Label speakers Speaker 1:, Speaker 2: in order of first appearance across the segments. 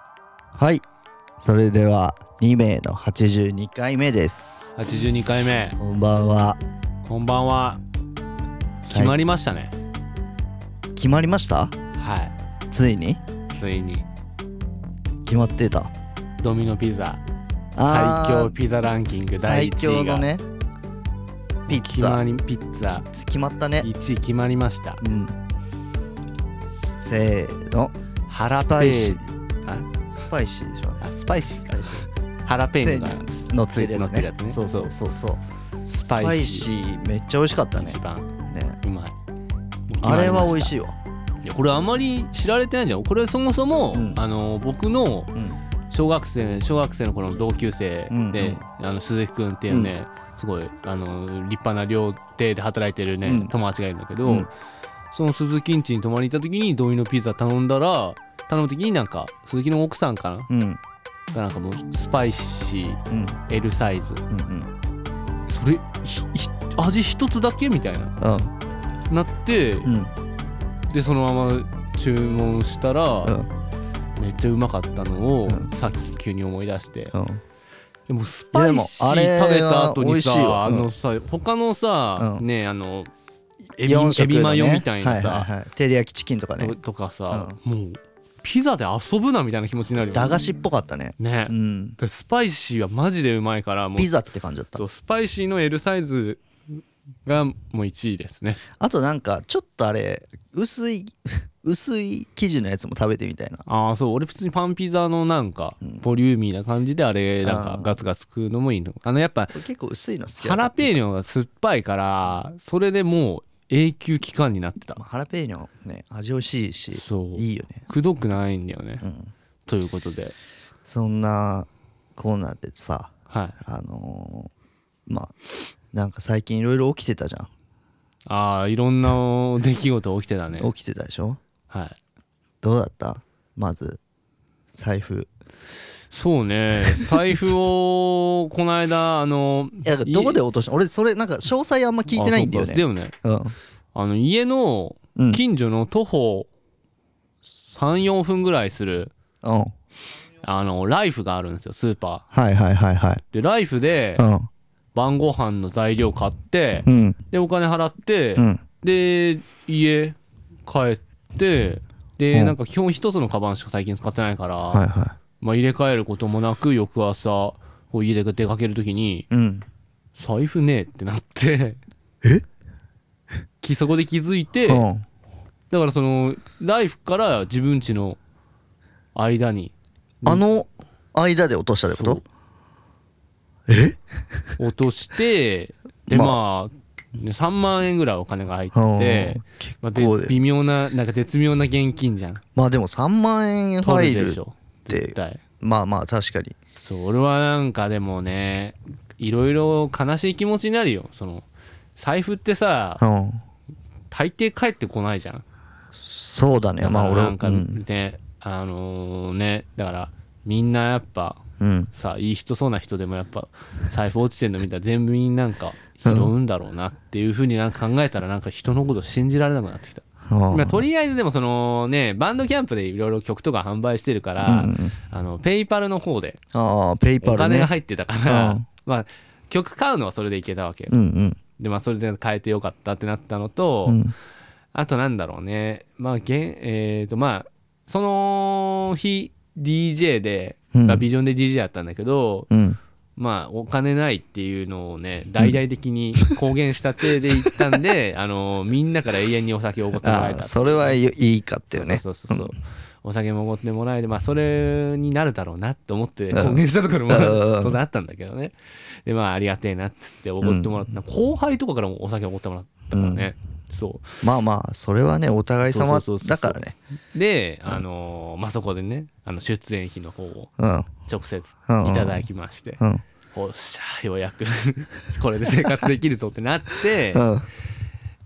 Speaker 1: はいそれでは2名の82回目です
Speaker 2: 82回目
Speaker 1: こんばんは
Speaker 2: こんばんは
Speaker 1: さい
Speaker 2: 決まりましたね
Speaker 1: 決まりました
Speaker 2: は
Speaker 1: ついに
Speaker 2: いついに
Speaker 1: 決まってた
Speaker 2: ドミノピザ
Speaker 1: あ
Speaker 2: 最
Speaker 1: ー
Speaker 2: 強ピザランキング第1位
Speaker 1: 最強
Speaker 2: が
Speaker 1: のねピッ
Speaker 2: 決
Speaker 1: ツ
Speaker 2: ま
Speaker 1: ァ
Speaker 2: りピッツァ
Speaker 1: 決まったね
Speaker 2: 1位決まりました
Speaker 1: うんせーの
Speaker 2: ハラ
Speaker 1: ス
Speaker 2: ペ
Speaker 1: パイシ
Speaker 2: ーあ
Speaker 1: スパイシーでしょうね
Speaker 2: あスパイシーかハラペーニョが
Speaker 1: 乗ってるや
Speaker 2: 乗っ
Speaker 1: つ
Speaker 2: てる
Speaker 1: ね
Speaker 2: やつね
Speaker 1: そうそうそうそう
Speaker 2: ス
Speaker 1: スパ
Speaker 2: パ
Speaker 1: イ
Speaker 2: イシ
Speaker 1: シ
Speaker 2: ー
Speaker 1: ーめっちゃ美味しかったね
Speaker 2: 一番
Speaker 1: ね
Speaker 2: うまい
Speaker 1: あれは美味し
Speaker 2: い
Speaker 1: いわ
Speaker 2: いやこれあまり知られてないじゃんこれそもそも、
Speaker 1: うん
Speaker 2: あの僕の
Speaker 1: うん
Speaker 2: 小学生小学生の頃の同級生
Speaker 1: うん
Speaker 2: で、あの鈴木君っていうね、すごいあの立派な料亭で働いてるね、
Speaker 1: うん
Speaker 2: 友達がいるんだけど、
Speaker 1: うん
Speaker 2: その鈴木ん家に泊まりに行った時にドミノピザ頼んだら頼む時になんか鈴木の奥さんかな
Speaker 1: うんうん
Speaker 2: がなんかもうスパイシー
Speaker 1: うん
Speaker 2: L サイズ
Speaker 1: うんうん
Speaker 2: それひひ味一つだけみたいななって、
Speaker 1: うん
Speaker 2: でそのまま注文したら、
Speaker 1: うん
Speaker 2: めっちゃうまかったのを、
Speaker 1: うん
Speaker 2: さっき急に思い出して、
Speaker 1: うん
Speaker 2: でもスパイシー食べた後にさ
Speaker 1: いやでもあ
Speaker 2: あ
Speaker 1: れは美
Speaker 2: のさ他のさ、
Speaker 1: うん
Speaker 2: ねあのエビ
Speaker 1: 四色
Speaker 2: エビ
Speaker 1: の
Speaker 2: マ
Speaker 1: ね
Speaker 2: ヨみたいなさ、
Speaker 1: はいはいはい照り焼きチキンとかね
Speaker 2: ととかさ、もうピザで遊ぶなみたいな気持ちになるよ
Speaker 1: 駄菓子っぽかったね
Speaker 2: ね
Speaker 1: う、ん
Speaker 2: でスパイシーはマジでうまいからもう
Speaker 1: ピザって感じだった
Speaker 2: そうスパイシーの L サイズがもう1位ですね
Speaker 1: あとなんかちょっとあれ薄い薄い生地のやつも食べてみたいな
Speaker 2: ああそう俺普通にパンピザのなんかボリューミーな感じであれなん
Speaker 1: あ
Speaker 2: か
Speaker 1: ー
Speaker 2: ガツガツ食うのもいいのあのやっぱ
Speaker 1: 俺結構薄いの好きだ
Speaker 2: ハラペーニョが酸っぱいからそれでもう永久期間になってた
Speaker 1: まあハラペーニョね味美味しいし
Speaker 2: そう
Speaker 1: いいよね
Speaker 2: くどくないんだよね、
Speaker 1: うん
Speaker 2: ということで
Speaker 1: そんなコーナーでさ
Speaker 2: はい
Speaker 1: あのーまあなんか最近いろいろ起きてたじゃん、
Speaker 2: ああいろんな 出来事起きてたね
Speaker 1: 起きてたでしょ
Speaker 2: はい
Speaker 1: どうだったまず財布
Speaker 2: そうね財布をこの 間あの
Speaker 1: いやどこで落とした俺それなんか詳細あんま聞いてないんだよ
Speaker 2: あそ
Speaker 1: ね
Speaker 2: うかでもね
Speaker 1: うん
Speaker 2: あの家の
Speaker 1: うん
Speaker 2: 近所の徒歩34分ぐらいする
Speaker 1: うん
Speaker 2: あのライフがあるんですよスーパ
Speaker 1: はいはいはいはい
Speaker 2: ーでライフで
Speaker 1: うん
Speaker 2: 晩ご飯の材料買って
Speaker 1: うん
Speaker 2: でお金払って
Speaker 1: うん
Speaker 2: で家帰って
Speaker 1: う
Speaker 2: で
Speaker 1: ん
Speaker 2: なんか基本一つのカバンしか最近使ってないから、
Speaker 1: はいは
Speaker 2: まあ、入れ替えることもなく翌朝こう家で出かけるときに
Speaker 1: いうん
Speaker 2: 財布ねえってなって
Speaker 1: え
Speaker 2: きそこで気づいて
Speaker 1: うん
Speaker 2: だからそのライフから自分家の間に
Speaker 1: あの間で落としたってこと
Speaker 2: え落としてで
Speaker 1: まあ
Speaker 2: まあ、ね、3万円ぐらいお金が入って
Speaker 1: うん
Speaker 2: て、まあ、で
Speaker 1: こうで
Speaker 2: 微妙ななんか絶妙な現金じゃん
Speaker 1: まあでも3万円入
Speaker 2: 取れて
Speaker 1: る
Speaker 2: で
Speaker 1: っ
Speaker 2: しょ
Speaker 1: て
Speaker 2: 絶対
Speaker 1: まあまあ確かに
Speaker 2: そう俺はなんかでもねいろいろ悲しい気持ちになるよその財布ってさ
Speaker 1: うん
Speaker 2: 大抵帰ってこないじゃん
Speaker 1: そうだね
Speaker 2: だか
Speaker 1: まあ
Speaker 2: ら
Speaker 1: 俺
Speaker 2: な
Speaker 1: は
Speaker 2: んか
Speaker 1: うん
Speaker 2: ね、あのねだからみんなやっぱ
Speaker 1: うん
Speaker 2: さいい人そうな人でもやっぱ財布落ちてんの見たら全部になんか拾うんだろうなっていうふうになんか考えたらなんか人のこと信じられなくなってきた、
Speaker 1: うん
Speaker 2: まあ、とりあえずでもそのねバンドキャンプでいろいろ曲とか販売してるから、
Speaker 1: うんうん
Speaker 2: あのペイパルの方で
Speaker 1: ああペイパ
Speaker 2: お
Speaker 1: ル
Speaker 2: 金が
Speaker 1: ね
Speaker 2: 入ってたから、
Speaker 1: うん
Speaker 2: まあ曲買うのはそれでいけたわけよ、
Speaker 1: うんうん
Speaker 2: でまあそれで変えてよかったってなったのと、
Speaker 1: うん
Speaker 2: あとなんだろうねまあげんえっ、とまあその日 DJ で、
Speaker 1: うん
Speaker 2: まあビジョンで DJ やったんだけど、
Speaker 1: うん
Speaker 2: まあお金ないっていうのをね大々的に公言した手で行ったん で、あのみんなから永遠にお酒をおごってもらえ
Speaker 1: あ
Speaker 2: た
Speaker 1: あそれはいいいかってよね
Speaker 2: そうそうそうそうお酒もおごってもらえてまあそれになるだろうなと思って公言したところも
Speaker 1: うん
Speaker 2: 当然あったんだけどねでまあありがてえなっつっておごってもらった、後輩とかからもお酒おごってもらったからね、そう
Speaker 1: まあまあそれはねお互い様
Speaker 2: そうそうそうそう
Speaker 1: だからね
Speaker 2: で、あのーまあ、そこでねあの出演費の方を
Speaker 1: うん
Speaker 2: 直接い
Speaker 1: うんうん
Speaker 2: ただきまして、
Speaker 1: うん
Speaker 2: おっしゃようやく これで生活できるぞってなって
Speaker 1: うん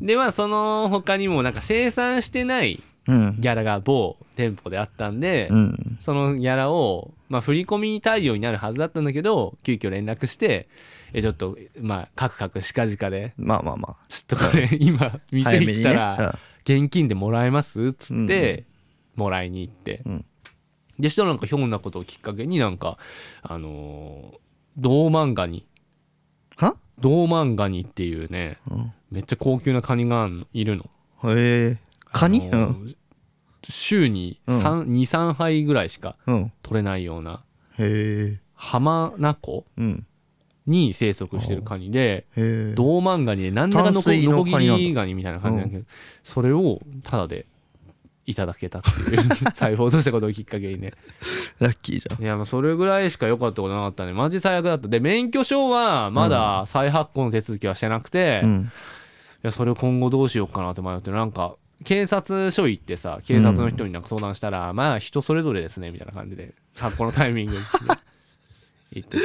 Speaker 2: でまあその他にもなんか生産してない
Speaker 1: うん
Speaker 2: ギャラが某店舗であったんで、
Speaker 1: うん
Speaker 2: そのギャラを、まあ、振り込み対応になるはずだったんだけど急遽連絡してえちょっとまあカクカクしかじかで
Speaker 1: まあまあま
Speaker 2: ちょっとこれ今
Speaker 1: あ
Speaker 2: 店
Speaker 1: 早め
Speaker 2: 行っ
Speaker 1: に
Speaker 2: た
Speaker 1: ね
Speaker 2: ら現金でもらえますっつって、もらいに行って、
Speaker 1: うん
Speaker 2: でしたらなんかひょんなことをきっかけになんかあのー銅漫画に
Speaker 1: は
Speaker 2: 銅漫ガニっていうね、めっちゃ高級なカニがあんのいるの
Speaker 1: へえカニ、
Speaker 2: あのー週に23、杯ぐらいしか
Speaker 1: うんうん
Speaker 2: 取れないような
Speaker 1: へえ
Speaker 2: 浜名湖
Speaker 1: うん
Speaker 2: に生息してるカニで
Speaker 1: へえ
Speaker 2: 銅漫ガニで何らかのこ
Speaker 1: 淡水の
Speaker 2: ノコ
Speaker 1: カニなんだ
Speaker 2: ギリガニみたいな感じなんだけど、それをタダでいただけたっていう 再放送したことをきっかけにね
Speaker 1: ラッキーじゃん
Speaker 2: いやもうそれぐらいしか良かったことなかったねマジ最悪だったで免許証はまだ再発行の手続きはしてなくて、い
Speaker 1: うん
Speaker 2: やそれを今後どうしようかなって迷ってるなんか警察署行ってさ警察の人になんか相談したら、まあ人それぞれですねみたいな感じで発行のタイミングで 行って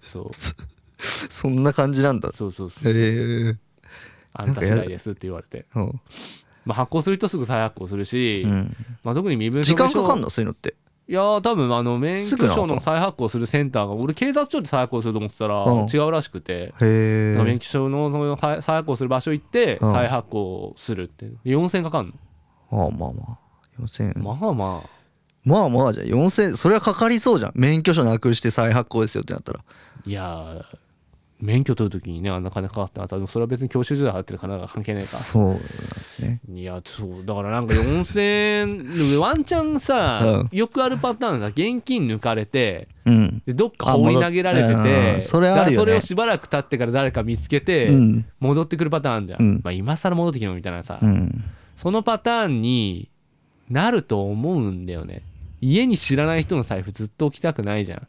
Speaker 2: そう
Speaker 1: そんな感じなんだ
Speaker 2: そうそうそう
Speaker 1: へえ
Speaker 2: あんた次第ですって言われて、
Speaker 1: うん
Speaker 2: まあ、発行する人すぐ再発行するし、
Speaker 1: うん
Speaker 2: まあ、特に身分証
Speaker 1: 時
Speaker 2: 明
Speaker 1: 間
Speaker 2: 書
Speaker 1: かかんのそういうのって
Speaker 2: いやー多分あの免
Speaker 1: す
Speaker 2: 許
Speaker 1: ぐなのか
Speaker 2: 証の再発行するセンターが俺警察署で再発行すると思ってたら
Speaker 1: うん
Speaker 2: 違うらしくて、
Speaker 1: へ
Speaker 2: 免
Speaker 1: え
Speaker 2: 許証のその再再発行する場所行って
Speaker 1: うん
Speaker 2: 再発行するって4000かかんの、
Speaker 1: ああまあまあ4000
Speaker 2: まあま
Speaker 1: まあまあじゃあ4000それはかかりそうじゃん免許証なくして再発行ですよってなったら
Speaker 2: あいやー免許取るときにねあんな金かかったあとそれは別に教習所で払ってる金が関係ないか
Speaker 1: そうですね
Speaker 2: いやそうだからなんか4000円ワンチャンさ、
Speaker 1: う
Speaker 2: よくあるパターンさ現金抜かれて
Speaker 1: うん
Speaker 2: でどっか放り投げられて
Speaker 1: あ戻っうん
Speaker 2: て
Speaker 1: それあるよね
Speaker 2: だからそれをしばらく経ってから誰か見つけて、
Speaker 1: うん
Speaker 2: 戻ってくるパターンあんじゃん、
Speaker 1: うん
Speaker 2: まあ、今更戻ってきてもみたいなさ、
Speaker 1: うん
Speaker 2: そのパターンになると思うんだよね家に知らない人の財布ずっと置きたくないじゃん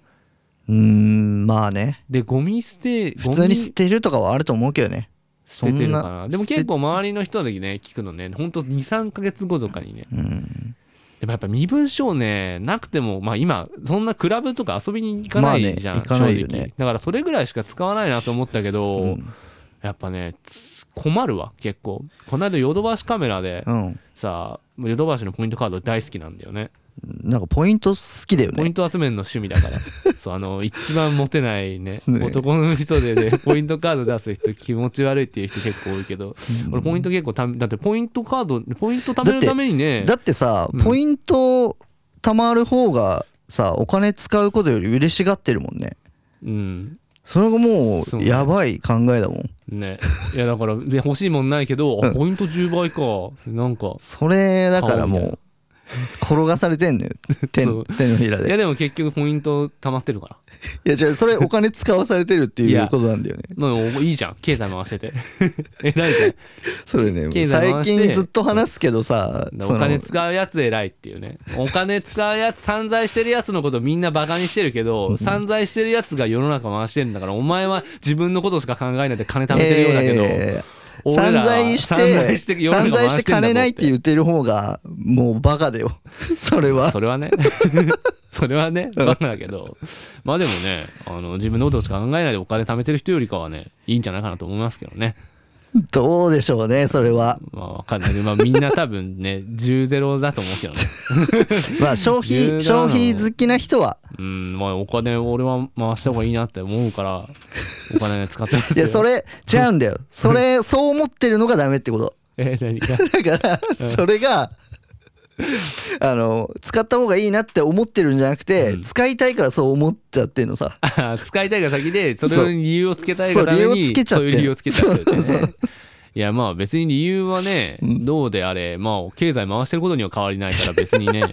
Speaker 1: うーんまあね
Speaker 2: でゴミ捨てゴ
Speaker 1: 普
Speaker 2: ミ
Speaker 1: 通に捨てるとかはあると思うけどね
Speaker 2: 捨ててるか
Speaker 1: そん
Speaker 2: な
Speaker 1: な
Speaker 2: でも
Speaker 1: 捨て
Speaker 2: 結構周りの人にね聞くのねほんと23ヶ月後とかにね
Speaker 1: うん
Speaker 2: でもやっぱ身分証ねなくてもまあ今そんなクラブとか遊びに行かないじゃん、
Speaker 1: まあね行かないよね
Speaker 2: 正直だからそれぐらいしか使わないなと思ったけど、
Speaker 1: うん
Speaker 2: やっぱねつ困るわ結構この間ヨドバシカメラで
Speaker 1: うん
Speaker 2: さヨドバシのポイントカード大好きなんだよね
Speaker 1: なんかポイント好きだよ
Speaker 2: ポイ
Speaker 1: ね
Speaker 2: ント集めるの趣味だ からそうあの一番モテない ね
Speaker 1: ね
Speaker 2: 男の人でねポイントカード出す人気持ち悪いっていう人結構多いけど、俺ポイント結構ためだってポイントカードポイント貯め
Speaker 1: だっ
Speaker 2: る
Speaker 1: て
Speaker 2: ためにね
Speaker 1: だってさポイント貯まる方がさお金使うことより嬉しがってるもんね
Speaker 2: うん
Speaker 1: それがも
Speaker 2: そう
Speaker 1: う
Speaker 2: ね
Speaker 1: やばい考えだもん
Speaker 2: ねいやだからで欲しいもんないけど、あポイント10倍かなんか
Speaker 1: それだからも
Speaker 2: 顔み
Speaker 1: う転がされて んのよ手
Speaker 2: そう
Speaker 1: 手のひら
Speaker 2: いや
Speaker 1: で
Speaker 2: でも結局ポイント貯まってるから
Speaker 1: いや違うそれお金使わされてるってい
Speaker 2: い
Speaker 1: う
Speaker 2: や
Speaker 1: ことなんだよね
Speaker 2: まあいいじゃん経済回してて 偉いじゃん
Speaker 1: それねもう
Speaker 2: 経済回
Speaker 1: 最
Speaker 2: して
Speaker 1: 近ずっと話すけどさ
Speaker 2: だから
Speaker 1: そ
Speaker 2: お金
Speaker 1: の
Speaker 2: 使うやつ偉いっていうねお金使うやつ散財してるやつのことみんなバカにしてるけど散財してるやつが世の中回してるんだからお前は自分のことしか考えないで金貯めてるようだけど、
Speaker 1: えー
Speaker 2: 俺
Speaker 1: 散
Speaker 2: らは
Speaker 1: 財して
Speaker 2: 散財して世の
Speaker 1: 散
Speaker 2: 中
Speaker 1: 財
Speaker 2: 回
Speaker 1: して
Speaker 2: んだぞ
Speaker 1: 金ないって言ってる方がもうバカだよそれは
Speaker 2: それ はねそれはねバカだけどまあでもねあの自分のことしか考えないでお金貯めてる人よりかはねいいんじゃないかなと思いますけどね
Speaker 1: どうでしょうねそれは
Speaker 2: まあわかんないけど、まあ、みんな多分ね10ゼ ロだと思うけどね
Speaker 1: まあ消
Speaker 2: 柔
Speaker 1: 費
Speaker 2: 軟な
Speaker 1: 消費好きな人は
Speaker 2: うんまあお金俺は回した方がいいなって思うからお金使ってます
Speaker 1: い
Speaker 2: よ
Speaker 1: やそれ違うん だよそれそう思ってるのがダメってこと
Speaker 2: え何が
Speaker 1: だからそれがあの使った方がいいなって思ってるんじゃなくて、
Speaker 2: うん
Speaker 1: 使いたいからそう思っちゃってんのさ
Speaker 2: あ 使いたいが先でそれに理由をつけたいがた
Speaker 1: そ
Speaker 2: め
Speaker 1: う理由をつ
Speaker 2: に
Speaker 1: けちゃっ
Speaker 2: そう
Speaker 1: て
Speaker 2: いう理由をつけちゃってるってねいやまあ別に理由はねどうであれまあ経済回してることには変わりないから別に ね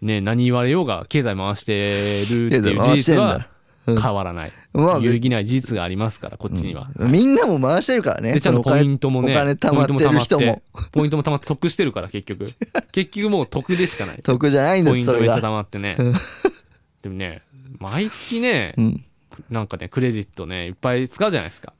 Speaker 2: ね何言われようが経済回してるっていう事実は変わらない
Speaker 1: うんまあ
Speaker 2: 揺るぎない事実がありますからこっちには。
Speaker 1: みんなも回してるからね
Speaker 2: でちゃんと
Speaker 1: その
Speaker 2: ポ
Speaker 1: お金
Speaker 2: イントもね
Speaker 1: お金貯まってる人も
Speaker 2: ポイントも貯まって得してるから結 局結局もう得でしかない
Speaker 1: 得じゃないんだ
Speaker 2: ポ
Speaker 1: よ
Speaker 2: イン
Speaker 1: そ
Speaker 2: トめ
Speaker 1: れ
Speaker 2: っちゃ
Speaker 1: が
Speaker 2: 貯まってねでもね毎月ね
Speaker 1: うん
Speaker 2: なんかねクレジットねいっぱい使うじゃないですか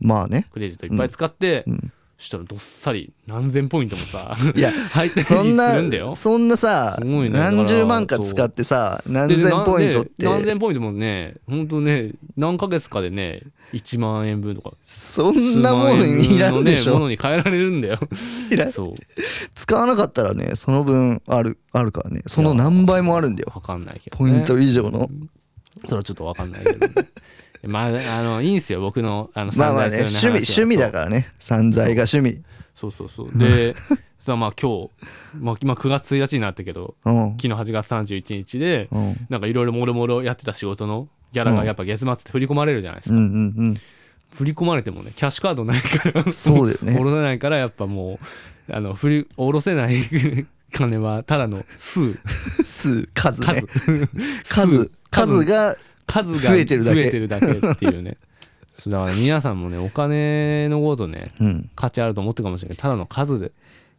Speaker 1: まあ ね
Speaker 2: クレジットいっぱい使って、
Speaker 1: うん
Speaker 2: したらどっさり何千ポイントもさ
Speaker 1: いや
Speaker 2: 入ってた
Speaker 1: そ
Speaker 2: り
Speaker 1: んな
Speaker 2: するんだよ
Speaker 1: そんなさ
Speaker 2: すごいねだから
Speaker 1: 何十万か使ってさ何
Speaker 2: で
Speaker 1: 千
Speaker 2: な
Speaker 1: ポイントって
Speaker 2: で何千ポイントもね本当ね何ヶ月かでね1万円分とか
Speaker 1: そんなも
Speaker 2: 数
Speaker 1: ん
Speaker 2: 万円
Speaker 1: いら
Speaker 2: 分の
Speaker 1: ん
Speaker 2: ね
Speaker 1: でし
Speaker 2: も
Speaker 1: ょ
Speaker 2: のに変えられるんだよ
Speaker 1: いらん
Speaker 2: そう
Speaker 1: 使わなかったらねその分あるあるからねその何倍もあるんだよ
Speaker 2: わかんないけど、ね、
Speaker 1: ポイント以上の
Speaker 2: それはちょっとわかんないけど、ね、まああのいいんすよ僕のあの
Speaker 1: まあまあね
Speaker 2: 散財す
Speaker 1: 趣
Speaker 2: るよう
Speaker 1: 味趣
Speaker 2: な話は
Speaker 1: 味だからね散財が趣味
Speaker 2: そうそうそうでさあまあ今日、まあ、今9月1日になったけど
Speaker 1: うん
Speaker 2: 昨日8月31日で
Speaker 1: うん
Speaker 2: なんかいろいろもろもろやってた仕事のギャラがやっぱ月末って振り込まれるじゃないです
Speaker 1: う
Speaker 2: か、
Speaker 1: んうん
Speaker 2: 振り込まれてもねキャッシュカードないから
Speaker 1: うんそうだよ
Speaker 2: 下
Speaker 1: ね
Speaker 2: ろせないからやっぱもうあの振り下ろせない 金はただの数
Speaker 1: 数数ね
Speaker 2: 数
Speaker 1: 数数
Speaker 2: 数
Speaker 1: が
Speaker 2: 数が
Speaker 1: 増えてるだけ
Speaker 2: 増えてるだけっていうねそうだから皆さんもねお金のことね
Speaker 1: うん
Speaker 2: 価値あると思ってるかもしれないけどただの数で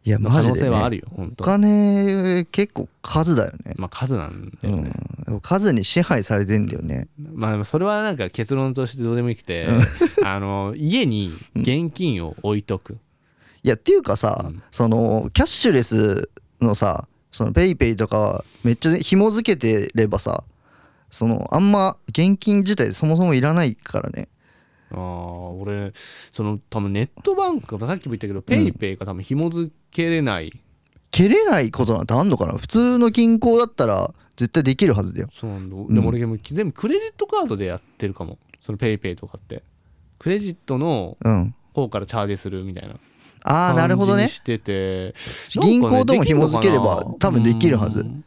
Speaker 1: いや
Speaker 2: の
Speaker 1: マ
Speaker 2: 可
Speaker 1: ジ
Speaker 2: 能
Speaker 1: で
Speaker 2: 性はあ
Speaker 1: ね
Speaker 2: るよ本
Speaker 1: お
Speaker 2: 当
Speaker 1: 金結構数だよね
Speaker 2: まあ数なんだ
Speaker 1: う
Speaker 2: よね、
Speaker 1: ん数に支配されてんだよね
Speaker 2: まあでもそれはなんか結論としてどうでもよくて あの家に現金を置いとく、
Speaker 1: いやっていうかさ、
Speaker 2: うん
Speaker 1: そのキャッシュレスのさそのペイペイとかはめっちゃ紐付けてればさそのあんま現金自体そもそもいらないからね
Speaker 2: ああ俺その多分ネットバンクさっきも言ったけどペイペイが多分紐付けれない、
Speaker 1: 蹴れないことなんてあんのかな普通の銀行だったら絶対できるはずだよ
Speaker 2: そうなんだ、でも俺でも全部クレジットカードでやってるかもそのペイペイとかってクレジットの
Speaker 1: うん
Speaker 2: 方からチャージするみたいな
Speaker 1: ああなるほど
Speaker 2: 感じに
Speaker 1: ね
Speaker 2: してて
Speaker 1: 銀行とも
Speaker 2: なんかねできる
Speaker 1: 紐
Speaker 2: のかな
Speaker 1: 付ければ多分できるはず
Speaker 2: うん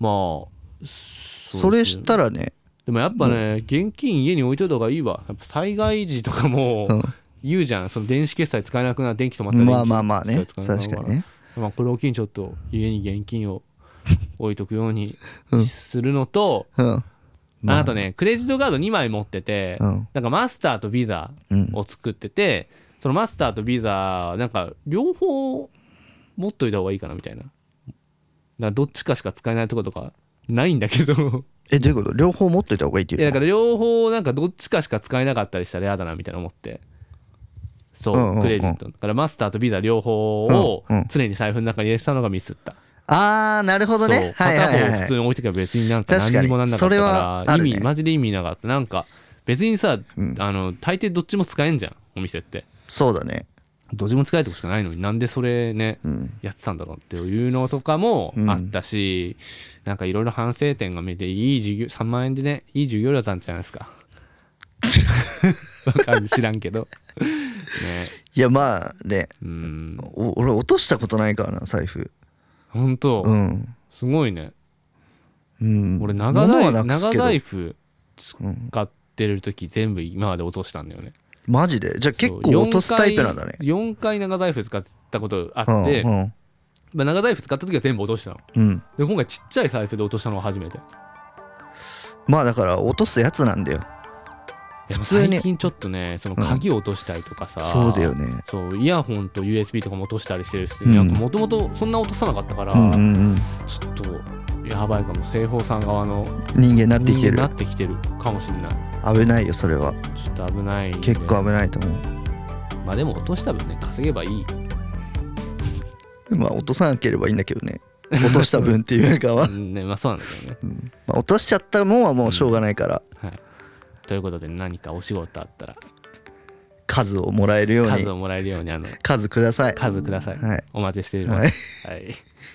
Speaker 2: まあ
Speaker 1: それし
Speaker 2: うですね
Speaker 1: たらね
Speaker 2: でもやっぱね現金家に置いといた方がいいわやっぱ災害時とかも
Speaker 1: うん
Speaker 2: 言うじゃんその電子決済使えなくなる電気止まったら電気
Speaker 1: まあまあまあね
Speaker 2: 使え
Speaker 1: 確
Speaker 2: なくなる
Speaker 1: かにね
Speaker 2: まあ、これを機にちょっと家に現金を置いとくように
Speaker 1: うん
Speaker 2: するのと、
Speaker 1: うん
Speaker 2: あ、とねクレジットカード2枚持ってて、
Speaker 1: うん
Speaker 2: なんかマスターとビザ
Speaker 1: うん
Speaker 2: を作っててそのマスターとビザなんか両方持っといた方がいいかなみたいなだからどっちかしか使えないとことかないんだけど
Speaker 1: えどういうこと両方持っといた方がいいって
Speaker 2: い
Speaker 1: い
Speaker 2: や
Speaker 1: う
Speaker 2: だ
Speaker 1: こ
Speaker 2: から両方なんかどっちかしか使えなかったりしたら嫌だなみたいな思ってそう,、
Speaker 1: うんうんうん
Speaker 2: クレジットだからマスターとビザ両方を
Speaker 1: うんうん
Speaker 2: 常に財布の中に入れてたのがミスった、
Speaker 1: とああなるほど
Speaker 2: そう
Speaker 1: ねはいはい
Speaker 2: 片
Speaker 1: はい
Speaker 2: 方
Speaker 1: は
Speaker 2: 普
Speaker 1: い
Speaker 2: 通に置いてけば別になんか
Speaker 1: 確か
Speaker 2: 何
Speaker 1: に
Speaker 2: にもなんなかった
Speaker 1: それは
Speaker 2: か
Speaker 1: あ
Speaker 2: ら
Speaker 1: るね
Speaker 2: 意味マジで意味なかったなんか別にさ、
Speaker 1: うん
Speaker 2: あの大抵どっちも使えんじゃんお店って
Speaker 1: そうだね
Speaker 2: どっちも使えてほしくないのになんでそれね
Speaker 1: うん
Speaker 2: やってたんだろうっていうのとかもあったし、なんかいろいろ反省点が見えていい授業3万円でねいい授業料だったんじゃないで すかその感じ知らんけど
Speaker 1: いやまあね
Speaker 2: うん
Speaker 1: お俺落としたことないからな財布
Speaker 2: 本当、
Speaker 1: うん
Speaker 2: すごいね
Speaker 1: うん
Speaker 2: 俺長
Speaker 1: 物は
Speaker 2: 財
Speaker 1: なくす
Speaker 2: 長
Speaker 1: けど
Speaker 2: 財布
Speaker 1: うん
Speaker 2: 買ってる時全部今まで落としたんだよね
Speaker 1: マジでじゃあ結構落とすタイプなんだね
Speaker 2: 4回長財布使ったことあ
Speaker 1: うん
Speaker 2: って、まあ、長財布使った時は全部落としたの
Speaker 1: うんうん
Speaker 2: で今回ちっちゃい財布で落としたのが初めて
Speaker 1: まあだから落とすやつなんだよ
Speaker 2: いや
Speaker 1: 普通に
Speaker 2: 最近ちょっとねその鍵を落としたりとかさ、
Speaker 1: そうだよね
Speaker 2: そうイヤホンと USB とかも落としたりしてるし、
Speaker 1: うん
Speaker 2: なんかもともとそんな落とさなかったから、
Speaker 1: うんうんうん
Speaker 2: ちょっとやばいかも西方さん側の
Speaker 1: 人間になってきてる
Speaker 2: なってきてるかもしれない
Speaker 1: 危ないよそれは
Speaker 2: ちょっと危ないんで
Speaker 1: 結構危ないと思
Speaker 2: まあでも落とした分ね稼げば いいう
Speaker 1: まあ落とさなければいいんだけどね落とした分っていうよりかは、
Speaker 2: うんねまあそうなんですよね
Speaker 1: うんまあ、落としちゃったもんはもうしょうがないから
Speaker 2: はいということで何かお仕事あったら
Speaker 1: 数をもらえるように
Speaker 2: 数をもらえるようにあの
Speaker 1: 数ください
Speaker 2: 数ください、
Speaker 1: はい
Speaker 2: お待ちしています、はい